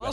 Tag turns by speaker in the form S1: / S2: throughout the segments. S1: Wall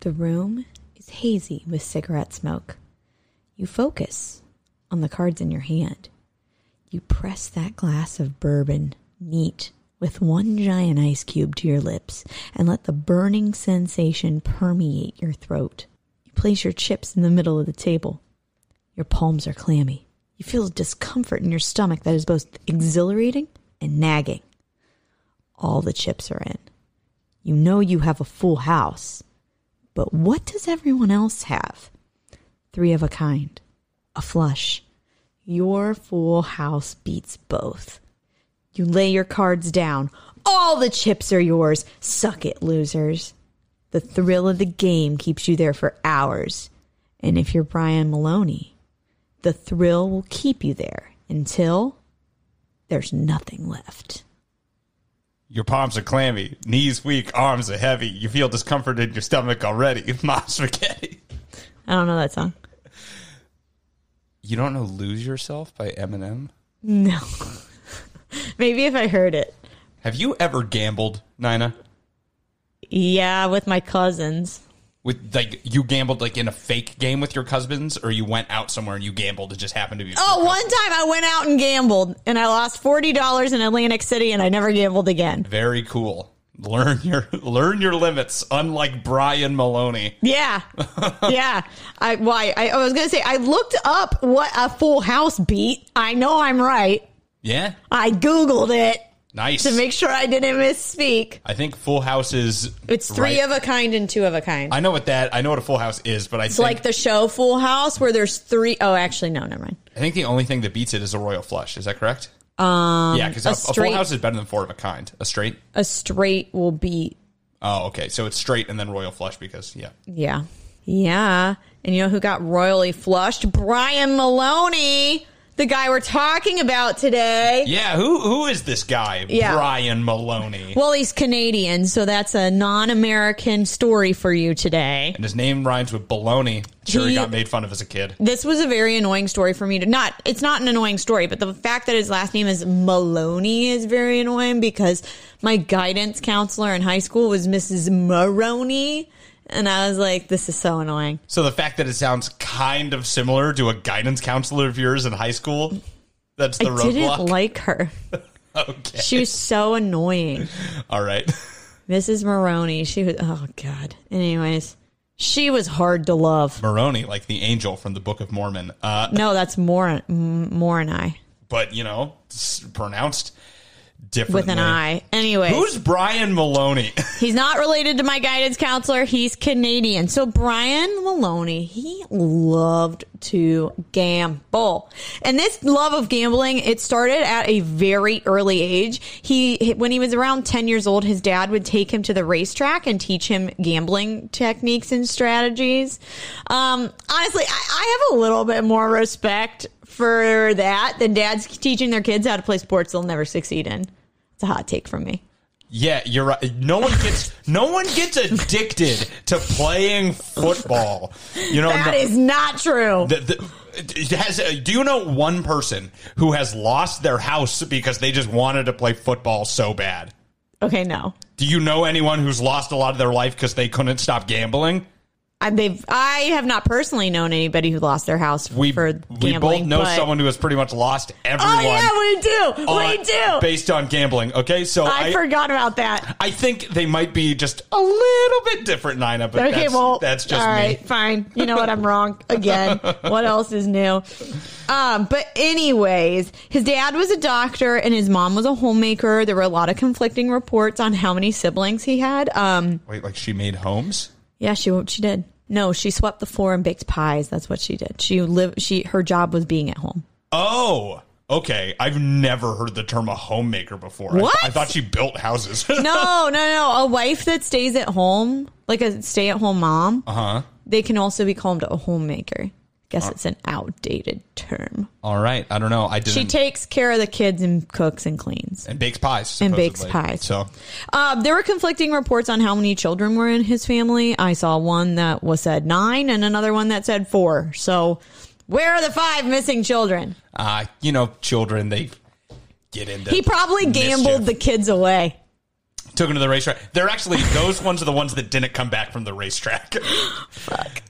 S2: The room is hazy with cigarette smoke. You focus on the cards in your hand. You press that glass of bourbon neat with one giant ice cube to your lips and let the burning sensation permeate your throat. You place your chips in the middle of the table. Your palms are clammy. You feel discomfort in your stomach that is both exhilarating and nagging. All the chips are in. You know you have a full house, but what does everyone else have? Three of a kind, a flush. Your full house beats both. You lay your cards down. All the chips are yours. Suck it, losers. The thrill of the game keeps you there for hours. And if you're Brian Maloney, the thrill will keep you there until there's nothing left.
S3: Your palms are clammy, knees weak, arms are heavy. You feel discomfort in your stomach already. Mom spaghetti.
S2: I don't know that song.
S3: You don't know "Lose Yourself" by Eminem.
S2: No. Maybe if I heard it.
S3: Have you ever gambled, Nina?
S2: Yeah, with my cousins.
S3: With like you gambled like in a fake game with your cousins, or you went out somewhere and you gambled. It just happened to be.
S2: Oh, one time I went out and gambled and I lost $40 in Atlantic City and I never gambled again.
S3: Very cool. Learn your learn your limits. Unlike Brian Maloney,
S2: Yeah. yeah. I why I, I was going to say I looked up what a full house beat. I know I'm right.
S3: yeah,
S2: I googled it
S3: nice.
S2: to make sure I didn't misspeak.
S3: I think Full House is
S2: It's three of a kind and two of a kind.
S3: I know what that. I know what a Full House is, but I
S2: it's
S3: think,
S2: like the show Full House where there's three oh actually no, never mind.
S3: I think the only thing that beats it is a royal flush. Is that correct? Um, yeah, because
S2: a
S3: a,
S2: straight-
S3: full house is better than four of a kind. A straight.
S2: A straight will beat
S3: Oh, okay. So it's straight and then royal flush because yeah.
S2: Yeah. Yeah. And you know who got royally flushed? Brian Maloney, the guy we're talking about today.
S3: Yeah. Who who is this guy?
S2: Yeah.
S3: Brian Maloney.
S2: Well, he's Canadian, so that's a non American story for you today.
S3: and his name rhymes with baloney. Sure,
S2: He-
S3: he got made fun of as a kid.
S2: This was a very annoying story for me to not, it's not an annoying story, but the fact that his last name is Maloney is very annoying because my guidance counselor in high school was Mrs. Maroney. And I was like, this is so annoying.
S3: So the fact that it sounds kind of similar to a guidance counselor of yours in high school, that's the
S2: I didn't
S3: roadblock.
S2: like her.
S3: okay.
S2: She was so annoying.
S3: All right.
S2: Mrs. Maroney. She was oh god. Anyways, she was hard to love.
S3: Maroney, like the angel from the Book of Mormon. Uh,
S2: No, that's more more an I
S3: but you know, it's pronounced differently
S2: with an I. Anyway,
S3: Who's Brian Maloney?
S2: he's not related to my guidance counselor. He's Canadian. So Brian Maloney, he loved to gamble, and this love of gambling it started at a very early age. He when he was around ten years old, his dad would take him to the racetrack and teach him gambling techniques and strategies. Um, honestly, I, I have a little bit more respect for that than dads teaching their kids how to play sports they'll never succeed in. It's a hot take from me.
S3: yeah, you're right. No one gets no one gets addicted to playing football. You know,
S2: That
S3: Oh, no-
S2: is not true.
S3: the- the- it has, uh, do you know one person who has lost their house because they just wanted to play football so bad?
S2: okay, no.
S3: Do you know anyone who's lost a lot of their life because they couldn't stop gambling?
S2: I, they've, I have not personally known anybody who lost their house
S3: We
S2: for
S3: we
S2: gambling.
S3: both know
S2: but-
S3: someone who has pretty much lost everyone.
S2: Oh yeah, we do.
S3: on-
S2: we do.
S3: based on gambling. Okay, so
S2: I,
S3: I,
S2: forgot about that.
S3: I think they might be just a little bit different, Nina. But
S2: okay,
S3: that's,
S2: well,
S3: that's just
S2: all
S3: me.
S2: right, Fine. You know what? I'm wrong again. what else is new? Um, but anyways, his dad was a doctor and his mom was a homemaker. There were a lot of conflicting reports on how many siblings he had. Um,
S3: Wait, like she made homes?
S2: yeah, she she did. No, she swept the floor and baked pies. That's what she did. She lived. She her job was being at home.
S3: Oh, okay, I've never heard the term a homemaker before. I-
S2: What?
S3: I, thought she built houses.
S2: No, no, no. A wife that stays at home, like a stay at home mom, uh-huh. they can also be called a homemaker. Guess it's an outdated term.
S3: All right. I don't know. I didn't.
S2: She takes care of the kids and cooks and cleans.
S3: and bakes pies.
S2: And bakes
S3: supposedly.
S2: pies.
S3: So
S2: Um, there were conflicting reports on how many children were in his family. I saw one that was said nine and another one that said four. So where are the five missing children?
S3: uh, you know, children they get into.
S2: He probably gambled the
S3: mischief.
S2: kids away.
S3: took him to the racetrack. They're actually those ones are the ones that didn't come back from the racetrack.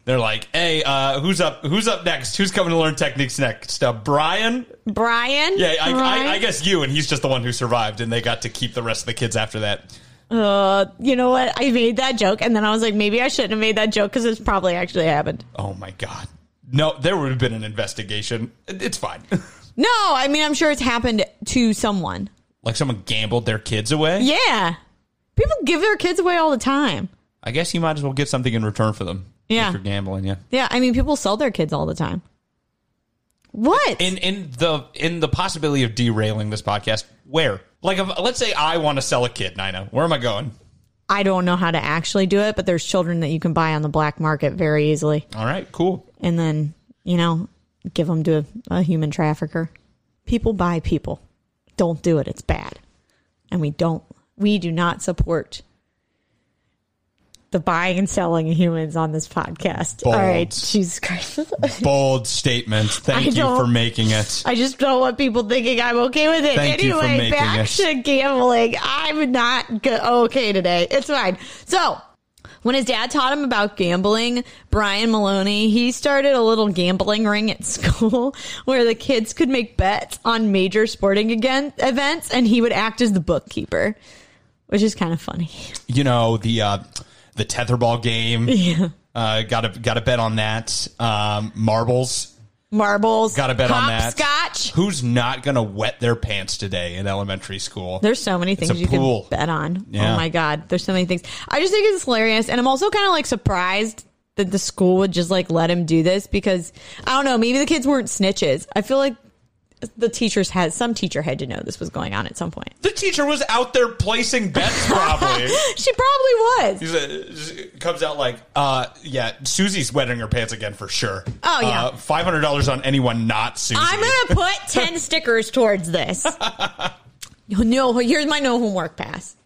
S3: They're like, hey, uh, who's up? Who's up next? Who's coming to learn techniques next? Uh, Brian.
S2: Brian?
S3: Yeah, I,
S2: Brian?
S3: I, I guess you and he's just the one who survived, and they got to keep the rest of the kids after that.
S2: Uh, you know what? I made that joke and then I was like, maybe I shouldn't have made that joke because it's probably actually happened.
S3: Oh my god. No, there would have been an investigation. It- It's fine.
S2: No, I mean, I'm sure it's happened to someone.
S3: like someone gambled their kids away.
S2: Yeah. People give their kids away all the time.
S3: I guess you might as well get something in return for them.
S2: Yeah.
S3: If you're gambling, yeah.
S2: Yeah, I mean, people sell their kids all the time. What?
S3: in in the in the possibility of derailing this podcast where like if, let's say i want to sell a kid nina where am i going
S2: I don't know how to actually do it, but there's children that you can buy on the black market very easily
S3: all right cool
S2: and then, you know, give them to a, a human trafficker. People buy people. Don't do it. It's bad. And we don't, we do not support the buying and selling of humans on this podcast. All
S3: Bold.
S2: right. Jesus Christ.
S3: bold statement
S2: I
S3: thank you
S2: don't-
S3: for making it
S2: I just don't want people thinking I'm okay with it.
S3: Thank you for
S2: anyway,
S3: making
S2: back
S3: us-
S2: to gambling. I'm not go- okay today. It's fine. So, when his dad taught him about gambling, Brian Maloney, he started a little gambling ring at school where the kids could make bets on major sporting again- events and he would act as the bookkeeper, which is kind of funny.
S3: you know the uh the tetherball game yeah uh gotta gotta bet on that um marbles
S2: Marbles,
S3: gotta bet on that
S2: hopscotch.
S3: who's not gonna wet their pants today in elementary school
S2: There's so many
S3: It's
S2: things
S3: a
S2: you
S3: pool.
S2: can bet on.
S3: Yeah.
S2: Oh my god, there's so many things. I just think it's hilarious, and I'm also kind of like surprised that the school would just like let him do this because I don't know. Maybe the kids weren't snitches. I feel like the teachers had some teacher had to know this was going on at some point.
S3: the teacher was out there placing bets probably
S2: She probably was.
S3: He's a, comes out like, uh, yeah, Susie's wetting her pants again for sure.
S2: Oh, yeah.
S3: uh, five hundred dollars on anyone not Susie.
S2: I'm gonna put ten stickers towards this. No, here's my no homework pass.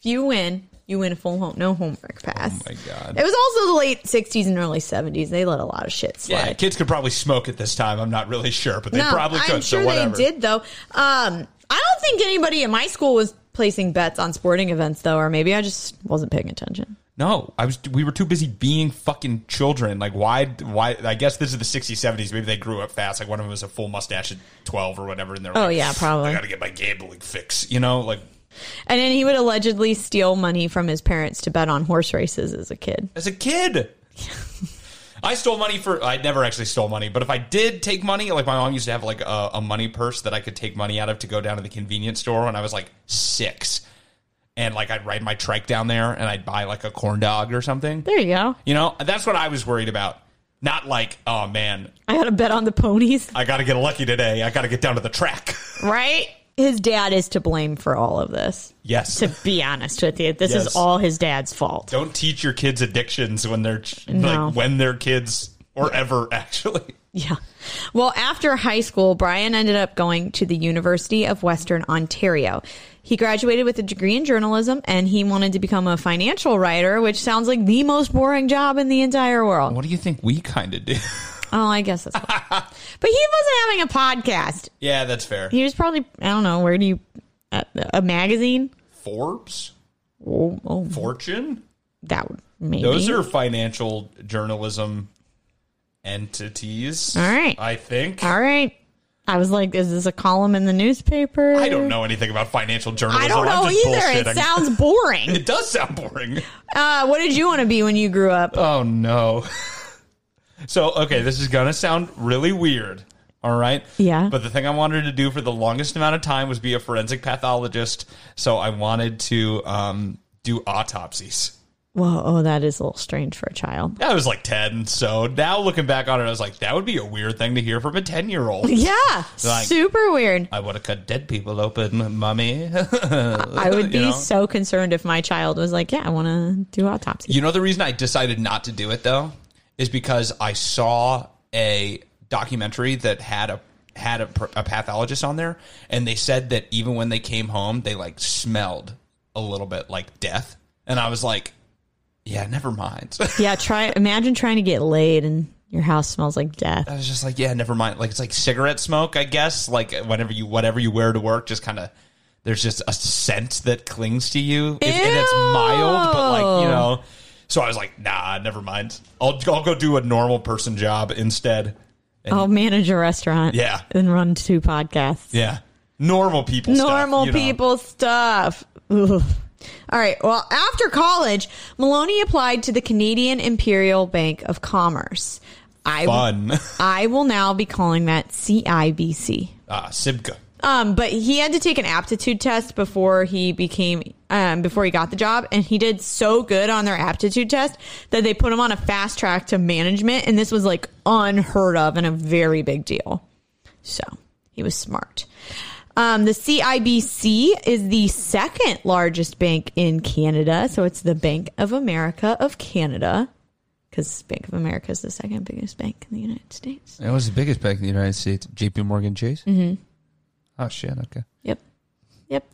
S2: If you win, you win a full home no homework pass.
S3: Oh my God.
S2: It was also the late '60s and early '70s. They let a lot of shit slide.
S3: yeah, kids could probably smoke at this time. I'm not really sure, but they
S2: no,
S3: probably could.
S2: I'm sure
S3: so whatever.
S2: they did though. Um, I don't think anybody at my school was placing bets on sporting events though, or maybe I just wasn't paying attention.
S3: No, I was. We were too busy being fucking children. Like, why? Why? I guess this is the 60s, 70s. Maybe they grew up fast. Like one of them was a full mustache at 12 or whatever, and they're
S2: Oh,
S3: like,
S2: yeah, probably.
S3: I got to get my gambling fix. You know, like
S2: And then he would allegedly steal money from his parents to bet on horse races as a kid.
S3: as a kid. I stole money for. I never actually stole money, but if I did take money, like my mom used to have like a, a money purse that I could take money out of to go down to the convenience store when I was like six, and like I'd ride my trike down there and I'd buy like a corn dog or something.
S2: There you go.
S3: You know, that's what I was worried about. Not like, oh man,
S2: I had a bet on the ponies,
S3: I got to get lucky today. I got to get down to the track.
S2: right? His dad is to blame for all of this.
S3: yes.
S2: To be honest with you, this
S3: Yes.
S2: is all his dad's fault.
S3: Don't teach your kids addictions when they're ch
S2: No.
S3: like when they're kids or ever actually.
S2: Yeah. Well, after high school, Brian ended up going to the University of Western Ontario. He graduated with a degree in journalism and he wanted to become a financial writer, which sounds like the most boring job in the entire world.
S3: What do you think we kind of do?
S2: Oh, I guess that's. what- but he wasn't having a podcast.
S3: yeah, that's fair.
S2: He was probably, I don't know, where do you, a, a magazine?
S3: Forbes,
S2: Oh, oh,
S3: Fortune.
S2: that would maybe.
S3: Those are financial journalism entities.
S2: All right.
S3: I think.
S2: All right. I was like, is this a column in the newspaper?
S3: I don't know anything about financial journalism.
S2: I don't know
S3: am just
S2: either.
S3: Bullshitting.
S2: It sounds boring.
S3: It does sound boring.
S2: Uh, what did you want to be when you grew up?
S3: Oh no. so okay, this is gonna sound really weird. All right.
S2: Yeah.
S3: But the thing I wanted to do for the longest amount of time was be a forensic pathologist. So I wanted to um, do autopsies.
S2: Whoa, oh, that is a little strange for a child.
S3: I was like 10. So now looking back on it, I was like, that would be a weird thing to hear from a 10 year old.
S2: Yeah,
S3: Like-
S2: super weird.
S3: I want to cut dead people open, mummy.
S2: I would be
S3: you know?
S2: so concerned if my child was like, "Yeah, I want to do autopsy."
S3: You know the reason I decided not to do it though is because I saw a documentary that had a had a, pr- a pathologist on there, and they said that even when they came home, they like smelled a little bit like death, and I was like, yeah, never mind. I
S2: Yeah, try. Imagine trying to get laid and your house smells like death.
S3: was just like, yeah, never mind. Like it's like cigarette smoke, I guess. Like whenever you whatever you wear to work, just kind of. There's just a scent that clings to you, if, and it's mild, but like you
S2: Ew.
S3: know. So I was like, "Nah, never mind. I'll I'll go do a normal person job instead."
S2: I'll manage a restaurant.
S3: Yeah.
S2: and run two podcasts.
S3: Yeah. Normal people. stuff,
S2: Normal
S3: you know.
S2: people stuff. Ugh. All right. Well, after college, Maloney applied to the Canadian Imperial Bank of Commerce. I
S3: Fun.
S2: I will now be calling that CIBC.
S3: Ah, Sibka.
S2: Um, but he had to take an aptitude test before he became um, before he got the job, and he did so good on their aptitude test that they put him on a fast track to management, and this was like unheard of and a very big deal. So he was smart. Um, the CIBC is the second largest bank in Canada, so it's the Bank of America of Canada, because Bank of America is the second biggest bank in the United States.
S3: It was the biggest bank in the United States. JP Morgan Chase? Mm-hmm. Oh, shit. Okay.
S2: Yep. Yep.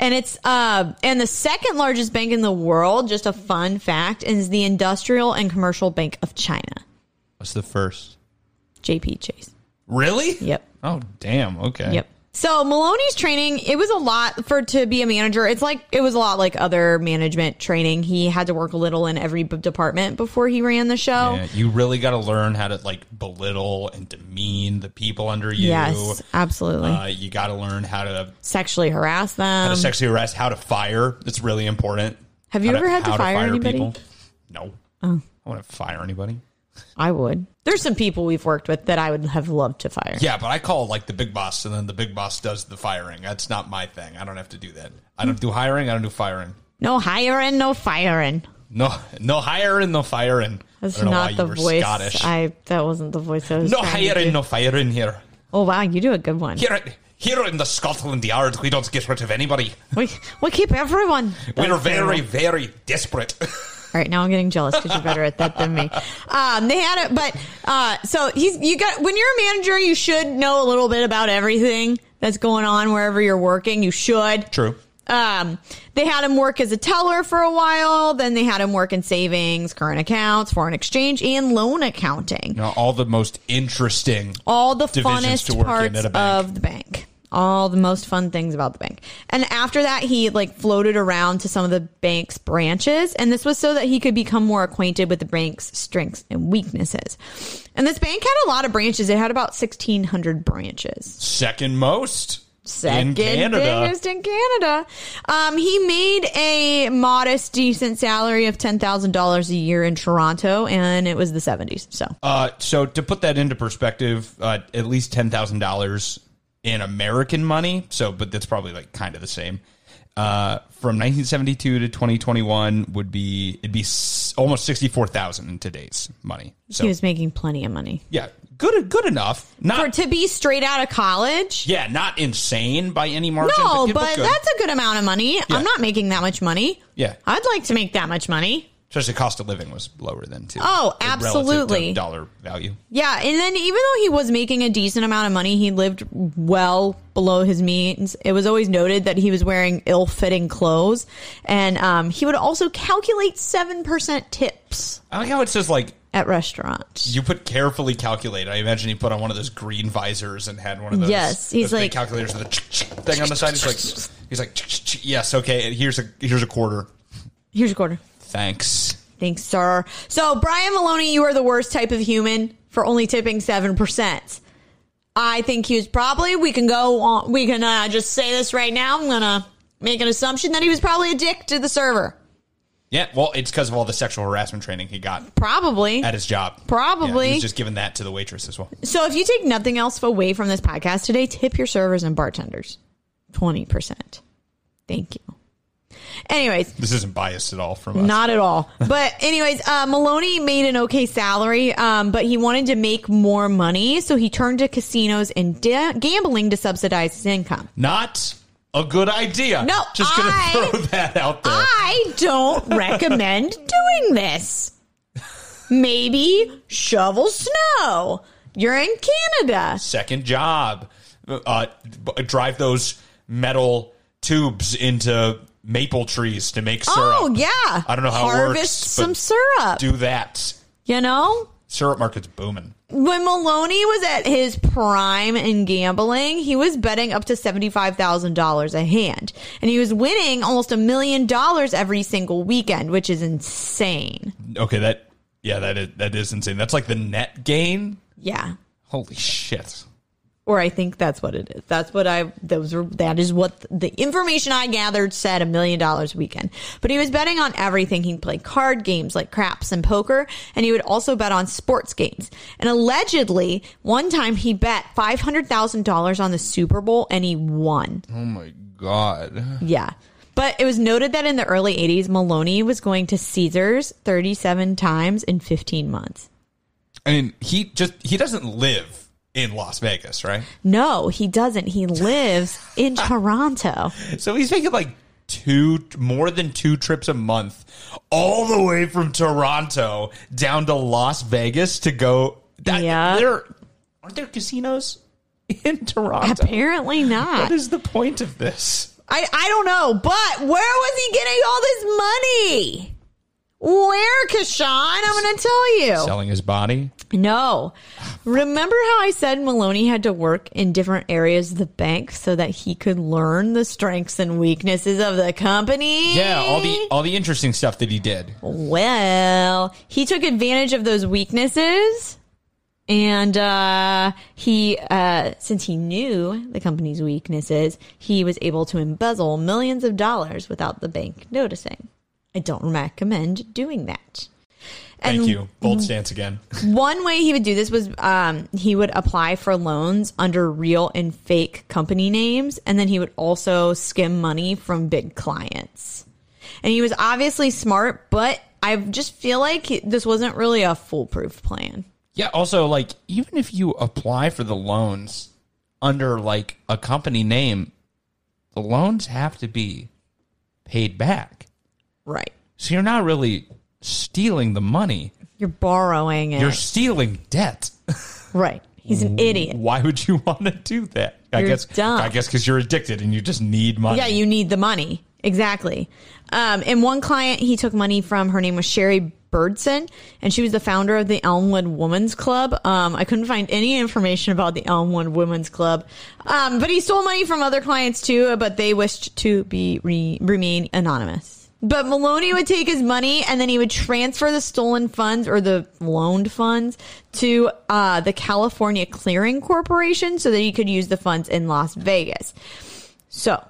S2: And it's uh and the second largest bank in the world, just a fun fact, is the Industrial and Commercial Bank of China,
S3: What's the first?
S2: JP Chase.
S3: Really?
S2: Yep.
S3: Oh, damn. Okay.
S2: Yep. So Maloney's training, it was a lot for to be a manager. It's like it was a lot like other management training. He had to work a little in every b- department before he ran the show.
S3: Yeah, you really got to learn how to like belittle and demean the people under you.
S2: yes, absolutely.
S3: Uh, you got to learn how to
S2: Sexually harass them.
S3: how to sexually arrest, how to fire. It's really important.
S2: Um, Have you
S3: How
S2: ever had to
S3: how
S2: fire anybody? Oh.
S3: No. I want to fire anybody.
S2: I would. There's some people we've worked with that I would have loved to fire.
S3: Yeah, but I call like the big boss, and then the big boss does the firing. That's not my thing. I don't have to do that. I don't do hiring. I don't do firing.
S2: No hiring, no firing.
S3: No, no hiring, no firing. I
S2: That's
S3: don't know why
S2: not
S3: you
S2: the
S3: were
S2: voice.
S3: Scottish.
S2: I that wasn't the voice I was.
S3: no
S2: trying to do.
S3: hiring, no firing here.
S2: Oh wow, you do a good one.
S3: Here, here in the Scotland Yard, we don't get rid of anybody.
S2: We we keep everyone.
S3: We're
S2: That's terrible.
S3: very, very desperate.
S2: All right, now I'm getting jealous because you're better at that than me. Um, they had it, but uh, so he's you got when you're a manager, you should know a little bit about everything that's going on wherever you're working. You should.
S3: True.
S2: Um, they had him work as a teller for a while. Then they had him work in savings, current accounts, foreign exchange, and loan accounting.
S3: Now, all the most interesting.
S2: all the
S3: divisions to
S2: funnest
S3: work
S2: parts
S3: in at a bank.
S2: of the bank. All the most fun things about the bank. And after that, he like floated around to some of the bank's branches. And this was so that he could become more acquainted with the bank's strengths and weaknesses. And this bank had a lot of branches. It had about 1,600 branches
S3: second most
S2: second
S3: in Canada.
S2: biggest in Canada. Um, he made a modest, decent salary of ten thousand dollars a year in Toronto, and it was the seventies. So
S3: Uh, so to put that into perspective, uh, at least ten thousand dollars in American money. So, but that's probably like kind of the same. Uh, from 1972 to 2021 would be it'd be s- almost 64,000 in today's money. So
S2: he was making plenty of money
S3: yeah, good good enough.
S2: for
S3: Not
S2: to be straight out of college.
S3: yeah, not insane by any margin.
S2: No,
S3: yeah,
S2: but
S3: good.
S2: that's a good amount of money. I'm not making that much money.
S3: Yeah.
S2: I'd like to make that much money.
S3: especially cost of living was lower than too.
S2: Oh,
S3: relative to
S2: absolutely.
S3: dollar value.
S2: Yeah, and then even though he was making a decent amount of money, he lived well below his means. It was always noted that he was wearing ill-fitting clothes, and um, he would also calculate seven percent tips
S3: I like how it says like
S2: at restaurants.
S3: You put carefully calculate. I imagine he put on one of those green visors and had one of those.
S2: Yes, he's
S3: those big
S2: like-
S3: calculators with a thing on the side. He's like, he's like, yes, okay. And here's a here's a quarter.
S2: Here's your quarter.
S3: Thanks.
S2: Thanks, sir. So, Brian Maloney, you are the worst type of human for only tipping 7%. I think he was probably, we can go on, we can uh, just say this right now. I'm going to make an assumption that he was probably a dick to the server.
S3: Yeah. Well, it's because of all the sexual harassment training he got
S2: Probably.
S3: at his job.
S2: Probably.
S3: Yeah, he was just giving that to the waitress as well.
S2: So, if you take nothing else away from this podcast today, tip your servers and bartenders 20%. Thank you. Anyways,
S3: This isn't biased at all from us.
S2: Not at all. But anyways, uh, Maloney made an okay salary, um, but he wanted to make more money, so he turned to casinos and da- gambling to subsidize his income.
S3: Not a good idea.
S2: No,
S3: just gonna
S2: I-
S3: throw that out there.
S2: I don't recommend doing this. Maybe shovel snow. You're in Canada.
S3: Second job, uh, b- drive those metal tubes into maple trees to make syrup.
S2: Oh yeah.
S3: I don't know how
S2: Harvest
S3: it works.
S2: some
S3: but
S2: syrup.
S3: Do that.
S2: you know?
S3: Syrup market's booming.
S2: when Maloney was at his prime in gambling, he was betting up to $75,000 a hand. And he was winning almost a million dollars every single weekend, which is insane.
S3: Okay, that yeah, that is that is insane. That's like the net gain.
S2: Yeah.
S3: Holy shit.
S2: Or I think that's what it is. That's what I, those were, that is what the information I gathered said a million dollars a weekend. But he was betting on everything. He'd play card games like craps and poker, and he would also bet on sports games. And allegedly, one time he bet $500,000 on the Super Bowl and he won.
S3: Oh my god.
S2: Yeah. But it was noted that in the early 80s, Maloney was going to Caesars 37 times in 15 months.
S3: I mean, he just he doesn't live in Las Vegas, right?
S2: No, he doesn't. He lives in Toronto.
S3: So he's making like two more than two trips a month all the way from Toronto down to Las Vegas to go that,
S2: Yeah.
S3: there aren't there casinos in Toronto.
S2: Apparently not.
S3: What is the point of this?
S2: I, I don't know, but where was he getting all this money? Where, Kashan? I'm going to tell you.
S3: Selling his body?
S2: No. Remember how I said Maloney had to work in different areas of the bank so that he could learn the strengths and weaknesses of the company?
S3: Yeah, all the all the interesting stuff that he did.
S2: Well, he took advantage of those weaknesses. And uh, he, uh, since he knew the company's weaknesses, he was able to embezzle millions of dollars without the bank noticing. I don't recommend doing that.
S3: Thank
S2: And
S3: you. Bold stance again.
S2: One way he would do this was um, he would apply for loans under real and fake company names, and then he would also skim money from big clients. And he was obviously smart, but I just feel like he- this wasn't really a foolproof plan.
S3: Yeah, also like even if you apply for the loans under like a company name, the loans have to be paid back.
S2: Right.
S3: So you're not really stealing the money.
S2: You're borrowing it.
S3: You're stealing debt.
S2: right. He's an idiot.
S3: Why would you want to do that? I
S2: You're
S3: guess
S2: dumb.
S3: I guess cuz you're addicted and you just need money.
S2: Yeah, you need the money. Exactly. Um, and one client, he took money from, her name was Sherry Birdson, and she was the founder of the Elmwood Women's Club. Um, I couldn't find any information about the Elmwood Women's Club. Um, but he stole money from other clients too, but they wished to be re- remain anonymous. But Maloney would take his money and then he would transfer the stolen funds or the loaned funds to uh, the California Clearing Corporation so that he could use the funds in Las Vegas. So,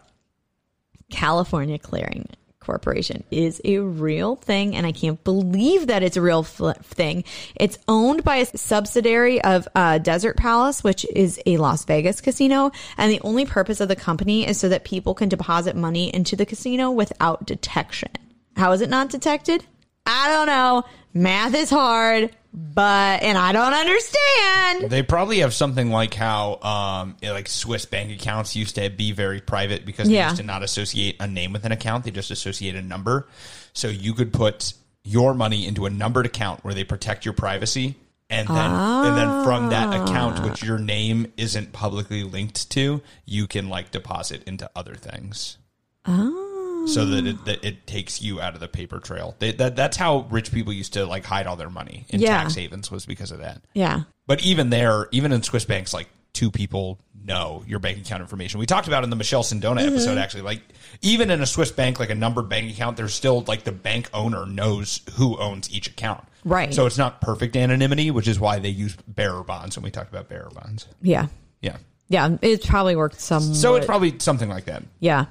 S2: California Clearing Corporation is a real thing, and I can't believe that it's a real fl- thing. It's owned by a subsidiary of uh, Desert Palace, which is a Las Vegas casino, and the only purpose of the company is so that people can deposit money into the casino without detection. How is it not detected? I don't know. Math is hard, but and I don't understand.
S3: They probably have something like how um, yeah, like Swiss bank accounts used to be very private because they
S2: Yeah.
S3: used to not associate a name with an account; they just associate a number. So you could put your money into a numbered account where they protect your privacy, and then and then from that account, which your name isn't publicly linked to, you can like deposit into other things.
S2: Oh.
S3: So that it, that it takes you out of the paper trail. They, that that's how rich people used to like hide all their money in
S2: Yeah.
S3: tax havens was because of that.
S2: Yeah.
S3: But even there, even in Swiss banks, like two people know your bank account information. We talked about in the Michelle Sindona
S2: Mm-hmm.
S3: episode, actually. Like even in a Swiss bank, like a numbered bank account, there's still like the bank owner knows who owns each account.
S2: Right.
S3: So it's not perfect anonymity, which is why they use bearer bonds when we talked about bearer bonds.
S2: Yeah.
S3: Yeah.
S2: Yeah. It's probably worked some.
S3: So it's probably something like that.
S2: Yeah.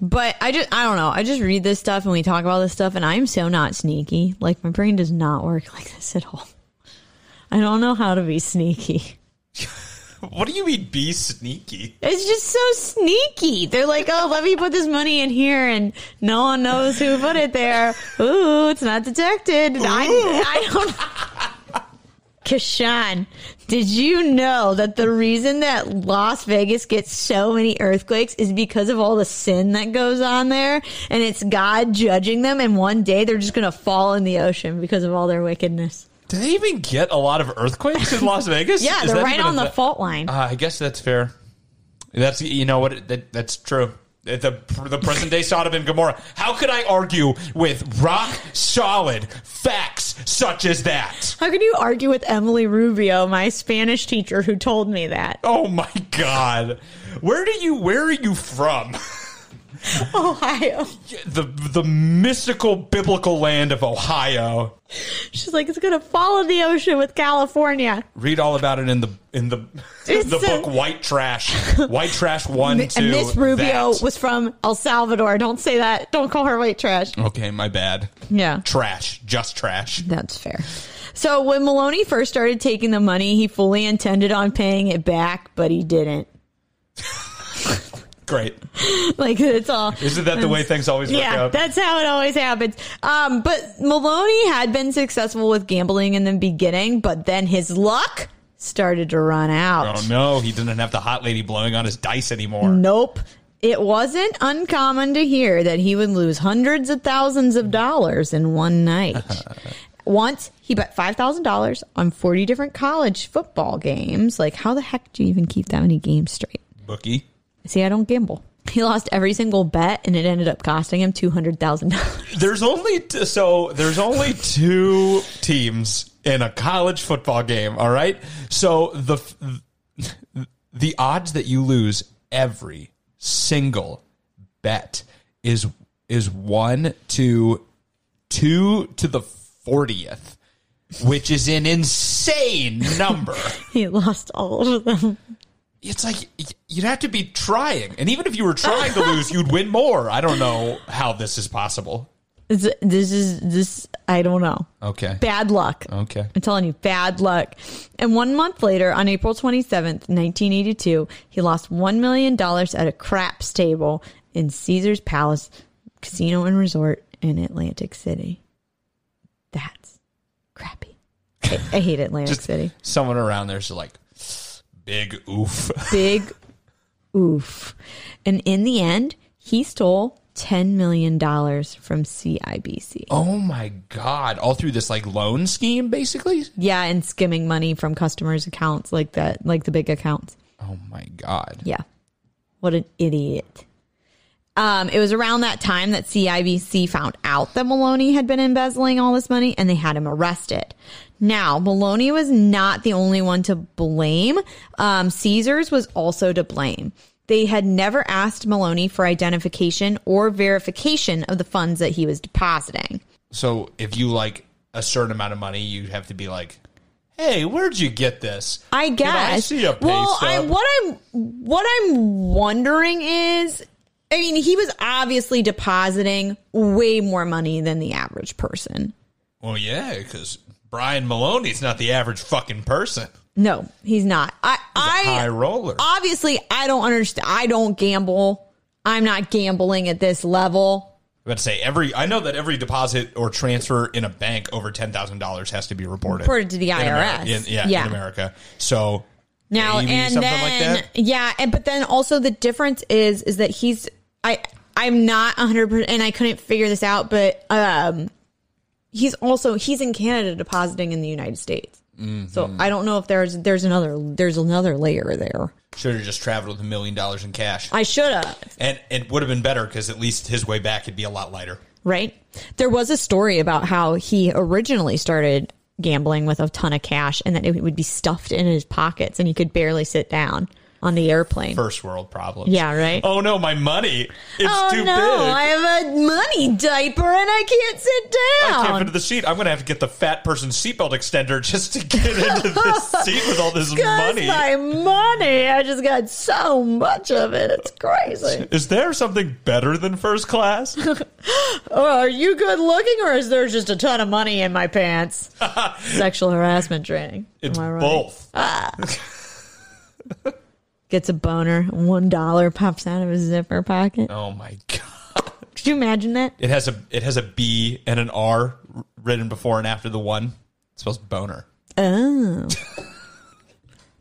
S2: But I just I don't know. I just read this stuff and we talk about this stuff and I'm so not sneaky. Like my brain does not work like this at all. I don't know how to be sneaky.
S3: What do you mean be sneaky?
S2: It's just so sneaky. They're like, oh, let me put this money in here, and no one knows who put it there. Ooh, it's not detected. I, I don't. Kashan, did you know that the reason that Las Vegas gets so many earthquakes is because of all the sin that goes on there, and it's God judging them, and one day they're just gonna fall in the ocean because of all their wickedness.
S3: Do they even get a lot of earthquakes in Las Vegas?
S2: Yeah,
S3: Is
S2: they're
S3: that
S2: right
S3: even a
S2: on the
S3: th-
S2: fault line.
S3: Uh, I guess that's fair. That's you know what that, that's true. The the present day Sodom and Gomorrah. How could I argue with rock solid facts such as that?
S2: How can you argue with Emily Rubio, my Spanish teacher who told me that?
S3: Oh my god, where do you where are you from?
S2: Ohio.
S3: The the mystical biblical land of Ohio.
S2: She's like, it's gonna fall in the ocean with California.
S3: Read all about it in the in the
S2: It's
S3: the
S2: so-
S3: book White Trash. White Trash one two.
S2: and Miss Rubio
S3: that.
S2: was from El Salvador. Don't say that. Don't call her white trash.
S3: okay. My bad.
S2: Yeah.
S3: Trash. Just trash.
S2: That's fair. So when Maloney first started taking the money, he fully intended on paying it back, but he didn't.
S3: Great.
S2: Like it's all
S3: Isn't that the way things always work
S2: Yeah,
S3: out?
S2: that's how it always happens. Um, but Maloney had been successful with gambling in the beginning, but then his luck started to run out.
S3: Oh no, he didn't have the hot lady blowing on his dice anymore.
S2: Nope. It wasn't uncommon to hear that he would lose hundreds of thousands of dollars in one night. Once he bet $5,000 on 40 different college football games. Like, how the heck do you even keep that many games straight?
S3: Bookie.
S2: See, I don't gamble. He lost every single bet and it ended up costing him $200,000.
S3: There's only t- so there's only two teams in a college football game, all right? So the f- the odds that you lose every single bet is is 1 to 2 to the 40th, which is an insane number.
S2: he lost all of them.
S3: it's like y- you'd have to be trying, and even if you were trying to lose, you'd win more. I don't know how this is possible.
S2: This, this is this, I don't know.
S3: Okay.
S2: Bad luck.
S3: Okay.
S2: I'm telling you, bad luck. And one month later, on April 27th, 1982, he lost $1 million at a craps table in Caesar's Palace Casino and Resort in Atlantic City. That's crappy. I, I hate Atlantic
S3: Just
S2: City.
S3: someone around there's like big oof.
S2: Big oof. And in the end, he stole $10 million from CIBC.
S3: Oh my god! All through this like loan scheme, basically.
S2: Yeah, and skimming money from customers' accounts like that, like the big accounts.
S3: Oh my god!
S2: Yeah. What an idiot. Um, it was around that time that CIBC found out that Maloney had been embezzling all this money and they had him arrested. Now, Maloney was not the only one to blame. Um, Caesars was also to blame. They had never asked Maloney for identification or verification of the funds that he was depositing.
S3: So if you like a certain amount of money, you have to be like, "Hey, where'd you get this?"
S2: I guess.
S3: I see a pay
S2: well, I,
S3: stub?
S2: what I'm what I'm wondering is, I mean, he was obviously depositing way more money than the average person.
S3: Well, yeah, because Brian Maloney's not the average fucking person.
S2: No, he's not. I, I
S3: High roller.
S2: obviously I don't understand. I don't gamble. I'm not gambling at this level.
S3: I'm about to say every. I know that every deposit or transfer in a bank over ten thousand dollars has to be reported
S2: Reported to the
S3: In Ameri-
S2: IRS.
S3: in- yeah,
S2: Yeah.
S3: in America. So
S2: Now
S3: maybe
S2: and
S3: something
S2: then,
S3: like that.
S2: yeah, and but then also the difference is is that he's I I'm not 100 percent and I couldn't figure this out, but um, he's also he's in Canada depositing in the United States,
S3: Mm-hmm.
S2: so I don't know if there's there's another there's another layer there.
S3: should have just traveled with a million dollars in cash,
S2: I should have
S3: and it would have been better because at least his way back would be a lot lighter.
S2: right? There was a story about how he originally started gambling with a ton of cash and that it would be stuffed in his pockets and he could barely sit down on the airplane.
S3: First world problems.
S2: Yeah, right.
S3: Oh no, my money! It's
S2: oh
S3: too
S2: no,
S3: big.
S2: I have a money diaper and I can't sit
S3: I
S2: down.
S3: can't fit into the seat. I'm gonna have to get the fat person's seatbelt extender just to get into this seat with all this
S2: 'Cause
S3: money.
S2: my money. I just got so much of it. It's crazy.
S3: Is there something better than first class?
S2: oh, are you good looking or is there just a ton of money in my pants? Sexual harassment training.
S3: It's
S2: Am I right?
S3: both.
S2: Gets a boner. One dollar pops out of his zipper pocket.
S3: Oh my god!
S2: Could you imagine that?
S3: It has a it has a B and an R written before and after the one. It spells boner.
S2: Oh,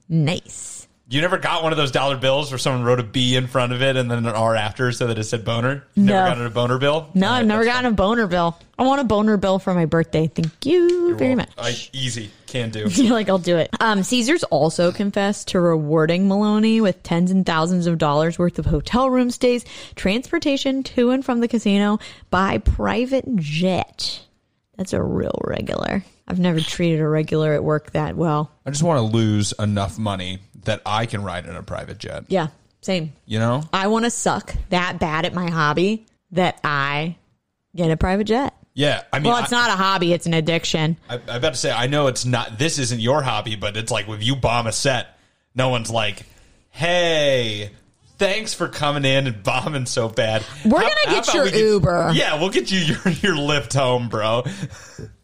S2: nice.
S3: You never got one of those dollar bills where someone wrote a B in front of it and then an R after so that it said boner? You
S2: No.
S3: Never got a boner bill?
S2: No, I've never gotten a boner bill. I want a boner bill for my birthday. Thank you very much.
S3: I, easy. Can do.
S2: You're like, I'll do it. Um, Caesars also confessed to rewarding Maloney with tens and thousands of dollars worth of hotel room stays, transportation to and from the casino by private jet. That's a real regular. I've never treated a regular at work that well.
S3: I just want to lose enough money that I can ride in a private jet.
S2: Yeah, same.
S3: You know?
S2: I want to suck that bad at my hobby that I get a private jet.
S3: Yeah. I mean,
S2: Well, it's
S3: I,
S2: not a hobby, it's an addiction.
S3: I, I about to say, I know it's not, this isn't your hobby, but it's like if you bomb a set, no one's like, hey, thanks for coming in and bombing so bad.
S2: We're gonna get
S3: about
S2: your
S3: we
S2: Uber.
S3: Yeah, we'll get you your, your lift home, bro.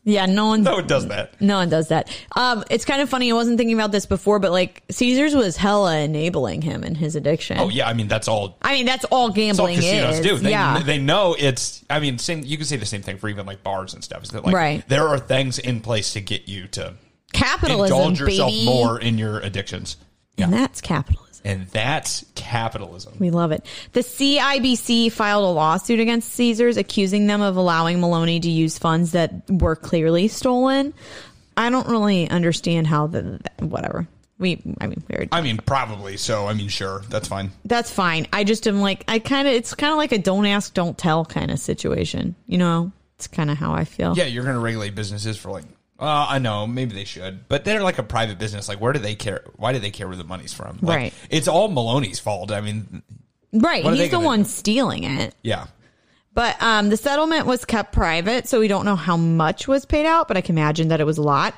S2: Yeah, no one's
S3: No one does that.
S2: No one does that. Um, it's kind of funny. I wasn't thinking about this before, but like Caesars was hella enabling him in his addiction.
S3: Oh, yeah. I mean, that's all
S2: I mean, that's all
S3: That's all
S2: gambling
S3: casinos
S2: is.
S3: do. They,
S2: yeah.
S3: they know it's. I mean, same. You can say the same thing for even like bars and stuff. Is that like
S2: Right.
S3: there are things in place to get you to
S2: capitalism,
S3: indulge yourself
S2: baby.
S3: more in your addictions,
S2: And that's capitalism.
S3: and that's capitalism.
S2: We love it. The CIBC filed a lawsuit against Caesars, accusing them of allowing Maloney to use funds that were clearly stolen. I don't really understand how the whatever. We, I mean, we already
S3: I mean, probably. So, I mean, sure, that's fine.
S2: that's fine. I just am like I kind of it's kind of like a don't ask, don't tell kind of situation. You know, it's kind of how I feel.
S3: Yeah, you're going to regulate businesses for like. Uh, I know, maybe they should, but they're like a private business. Like, where do they care? Why do they care where the money's from? Like,
S2: Right.
S3: It's all Maloney's fault. I mean,
S2: right.
S3: What are they
S2: He's the
S3: gonna
S2: one
S3: do?
S2: stealing it.
S3: yeah.
S2: But um, the settlement was kept private, so we don't know how much was paid out, but I can imagine that it was a lot.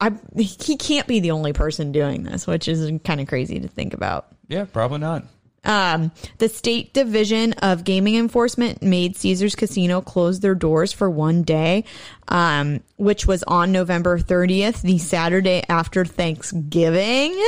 S2: I he can't be the only person doing this, which is kind of crazy to think about.
S3: Yeah, probably not.
S2: Um, the state division of gaming enforcement made Caesars Casino close their doors for one day, um, which was on November 30th, the Saturday after Thanksgiving.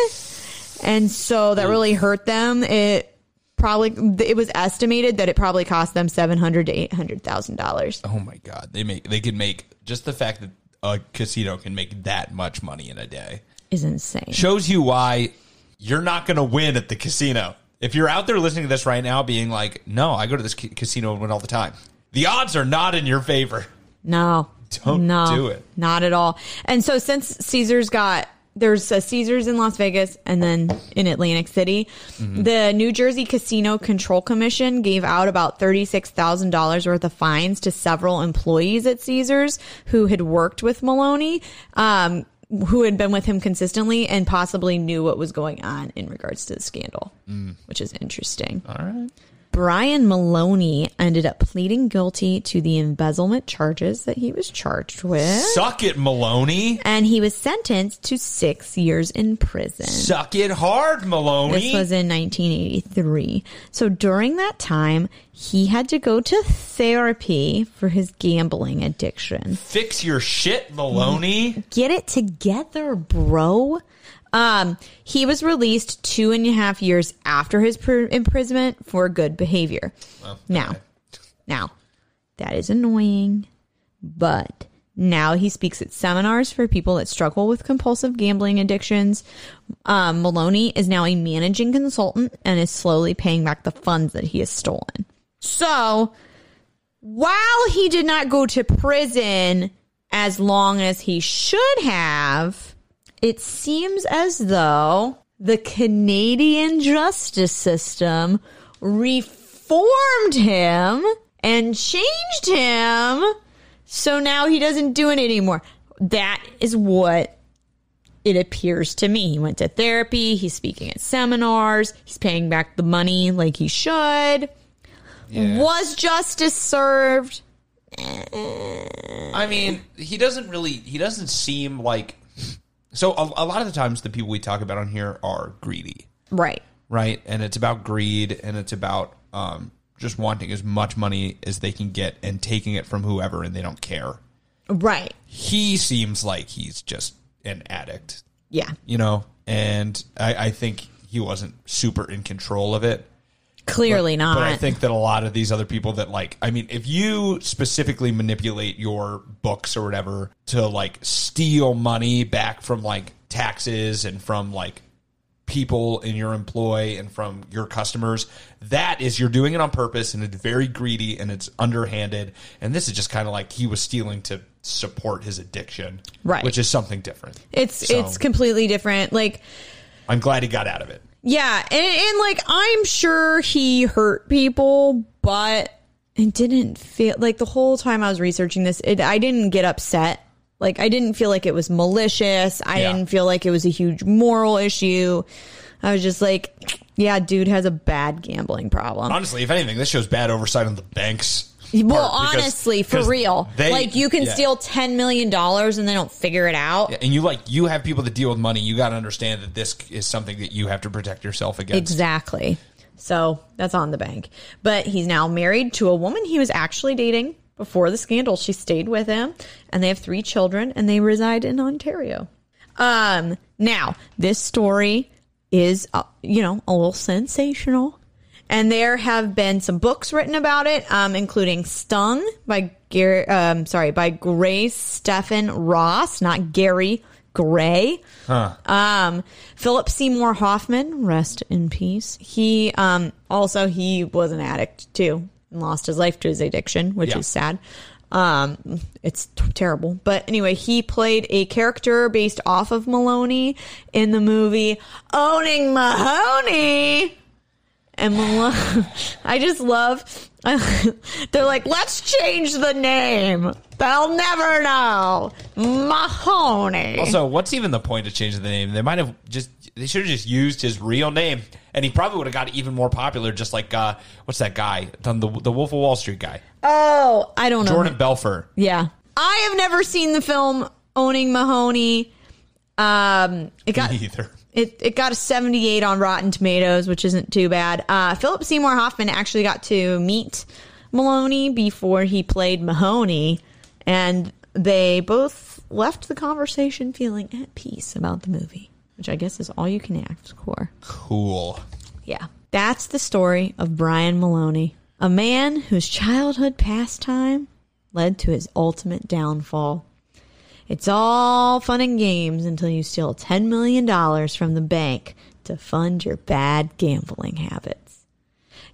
S2: And so that really hurt them. It probably it was estimated that it probably cost them 700 to 800,000 dollars.
S3: Oh my god, they make they could make just the fact that a casino can make that much money in a day
S2: Is insane.
S3: shows you why you're not going to win at the casino. If you're out there listening to this right now, being like, "No, I go to this ca- casino and win all the time," the odds are not in your favor.
S2: No.
S3: Don't
S2: no,
S3: do it.
S2: Not at all. And so since Caesars got there's a Caesars in Las Vegas and then in Atlantic City,
S3: Mm-hmm.
S2: the New Jersey Casino Control Commission gave out about $36,000 worth of fines to several employees at Caesars who had worked with Maloney. Um who had been with him consistently and possibly knew what was going on in regards to the scandal,
S3: Mm.
S2: which is interesting.
S3: Oh,
S2: Brian Maloney ended up pleading guilty to the embezzlement charges that he was charged with.
S3: Suck it, Maloney.
S2: And he was sentenced to six years in prison.
S3: Suck it hard, Maloney.
S2: This was in 1983. So during that time, he had to go to therapy for his gambling addiction.
S3: Fix your shit, Maloney.
S2: Get it together, bro. Um, he was released two and a half years after his pr- imprisonment for good behavior. Now, now, that is annoying, but now he speaks at seminars for people that struggle with compulsive gambling addictions. Um, Maloney is now a managing consultant and is slowly paying back the funds that he has stolen. So, while he did not go to prison as long as he should have, it seems as though the Canadian justice system reformed him and changed him. So now he doesn't do it anymore. That is what it appears to me. He went to therapy, he's speaking at seminars, he's paying back the money like he should. Was justice served?
S3: I mean, he doesn't really. He doesn't seem like. So a, a lot of the times, the people we talk about on here are greedy,
S2: Right.
S3: right? And it's about greed, and it's about um, just wanting as much money as they can get and taking it from whoever, and they don't care.
S2: Right.
S3: He seems like he's just an addict,
S2: Yeah.
S3: you know. And I, I think he wasn't super in control of it.
S2: Clearly not.
S3: But I think that a lot of these other people that like, I mean, if you specifically manipulate your books or whatever to like steal money back from like taxes and from like people in your employ and from your customers, that is you're doing it on purpose and it's very greedy and it's underhanded. And this is just kind of like he was stealing to support his addiction,
S2: Right.
S3: Which is something different.
S2: it's
S3: So,
S2: it's completely different. Like
S3: I'm glad he got out of it.
S2: yeah, and, and like I'm sure he hurt people, but it didn't feel like the whole time I was researching this, it, I didn't get upset. Like I didn't feel like it was malicious. I
S3: Yeah.
S2: didn't feel like it was a huge moral issue. I was just like, yeah, dude has a bad gambling problem.
S3: Honestly, if anything, this shows bad oversight on the banks.
S2: Well,
S3: part, because-
S2: honestly, for
S3: because
S2: real,
S3: they-
S2: like you can
S3: yeah.
S2: steal ten million dollars and they don't figure it out.
S3: and you like you have people that deal with money. You got to understand that this is something that you have to protect yourself against.
S2: Exactly. So that's on the bank. But he's now married to a woman he was actually dating before the scandal. She stayed with him, and they have three children, and they reside in Ontario. Um, now this story is, uh, you know, a little sensational, and there have been some books written about it, um, including "Stung" by Gary, um, sorry, by Grace Stephen Ross, not Gary Gray. Um, Philip Seymour Hoffman, rest in peace. He um, also he was an addict too and lost his life to his addiction, which
S3: Yeah.
S2: is sad. Um, it's t- terrible. But anyway, he played a character based off of Maloney in the movie Owning Mahoney. And Malone, I just love. they're like, let's change the name. They'll never know. Mahoney.
S3: Also, what's even the point of changing the name? They might have just they should have just used his real name, and he probably would have got even more popular. Just like uh, what's that guy? The, the the Wolf of Wall Street guy,
S2: Oh, I don't know.
S3: Jordan Belfort.
S2: Yeah. I have never seen the film Owning Mahoney. Um, it got
S3: Either
S2: it, it got a 78 on Rotten Tomatoes, which isn't too bad. Uh, Philip Seymour Hoffman actually got to meet Maloney before he played Mahoney, and they both left the conversation feeling at peace about the movie, which I guess is all you can ask for.
S3: cool.
S2: Yeah. That's the story of Brian Maloney, a man whose childhood pastime led to his ultimate downfall. It's all fun and games until you steal $10 million from the bank to fund your bad gambling habits.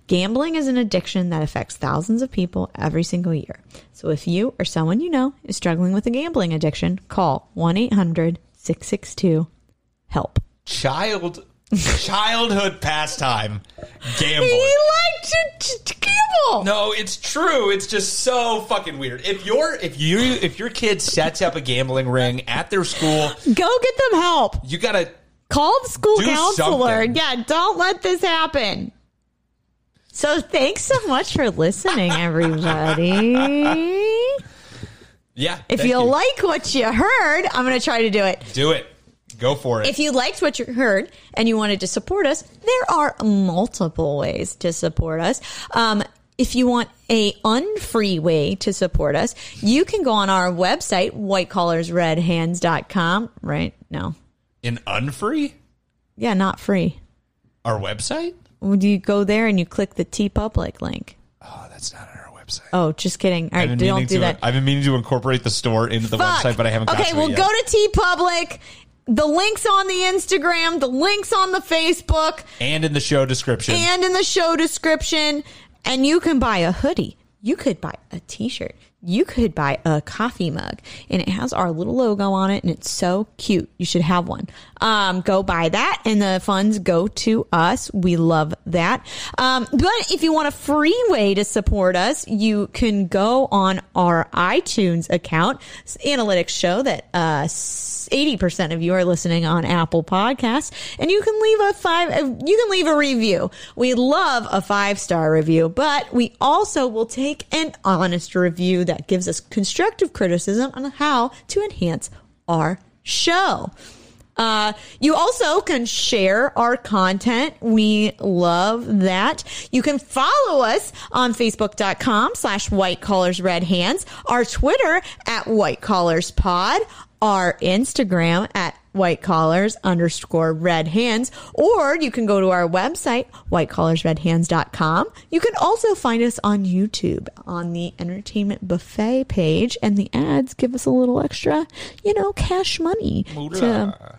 S2: Gambling is an addiction that affects thousands of people every single year. So if you or someone you know is struggling with a gambling addiction, call 1 800 662 HELP.
S3: Child childhood pastime gambling.
S2: He liked to, to gamble.
S3: No, it's true. It's just so fucking weird. If your if you if your kid sets up a gambling ring at their school,
S2: Go get them help.
S3: you gotta
S2: Call the school
S3: Do
S2: counselor.
S3: something.
S2: Yeah, don't let this happen. So thanks so much for listening, everybody.
S3: yeah.
S2: if
S3: thank
S2: you like what you heard, I'm going to try to do it.
S3: do it, go for it.
S2: If you liked what you heard and you wanted to support us, there are multiple ways to support us. Um, if you want a unfree way to support us, you can go on our website, whitecollarsredhands.com, right? No.
S3: In unfree
S2: Yeah, not free.
S3: our website.
S2: Would you go there and you click the T Public link?
S3: Oh, that's not on our website.
S2: Oh, just kidding. All
S3: I've
S2: right,
S3: been
S2: don't
S3: meaning
S2: do
S3: to-
S2: that.
S3: I've been meaning to incorporate the store into the
S2: Fuck.
S3: website, but I haven't. got
S2: Okay,
S3: to
S2: well,
S3: it yet.
S2: go to T Public. The link's on the Instagram, the link's on the Facebook,
S3: and in the show description.
S2: and in the show description. And you can buy a hoodie. You could buy a t shirt. You could buy a coffee mug. And it has our little logo on it, and it's so cute. You should have one. Um, go buy that, and the funds go to us. We love that. Um, but if you want a free way to support us, you can go on our iTunes account. S- Analytics show that uh, s- 80% of you are listening on Apple Podcasts, and you can leave a five. uh, You can leave a review. We love a five star review, but we also will take an honest review that gives us constructive criticism on how to enhance our show. Uh, you also can share our content. We love that. You can follow us on Facebook.com slash White Collars Red Hands, our Twitter at White Collars Pod, our Instagram at white collars underscore red hands, or you can go to our website, whitecollarsredhands.com. You can also find us on YouTube on the entertainment buffet page, and the ads give us a little extra, you know, cash money to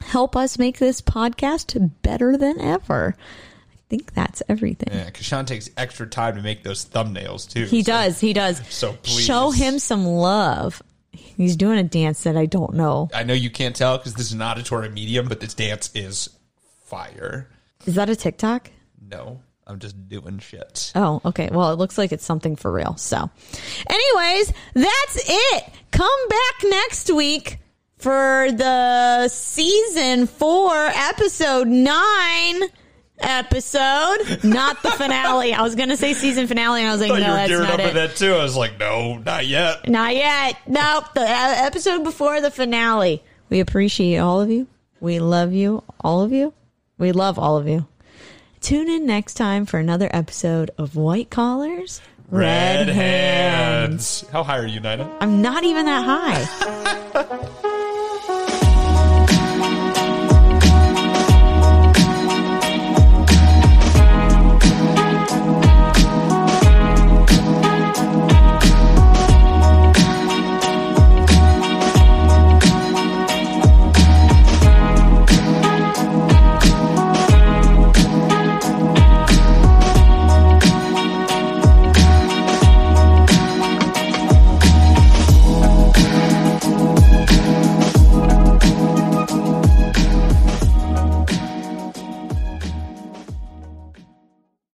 S2: help us make this podcast better than ever. I think that's everything.
S3: Yeah, Kashan takes extra time to make those thumbnails too.
S2: He
S3: so-
S2: does. He does.
S3: So please.
S2: show him some love. He's doing a dance that I don't know.
S3: I know you can't tell because this is an auditory medium, but this dance is fire.
S2: Is that a TikTok?
S3: No, I'm just doing shit.
S2: Oh, okay. Well, it looks like it's something for real. So, anyways, that's it. Come back next week for the season four, episode nine. Episode, not the finale. I was gonna say season finale, and I was like,
S3: I thought
S2: no,
S3: you were
S2: that's
S3: geared
S2: not
S3: up
S2: it.
S3: for that too. I was like, no, not yet.
S2: Not yet. Nope. The uh, episode before the finale. We appreciate all of you. We love you. All of you. We love all of you. Tune in next time for another episode of White Collars,
S3: How high are you, Nina?
S2: I'm not even that high.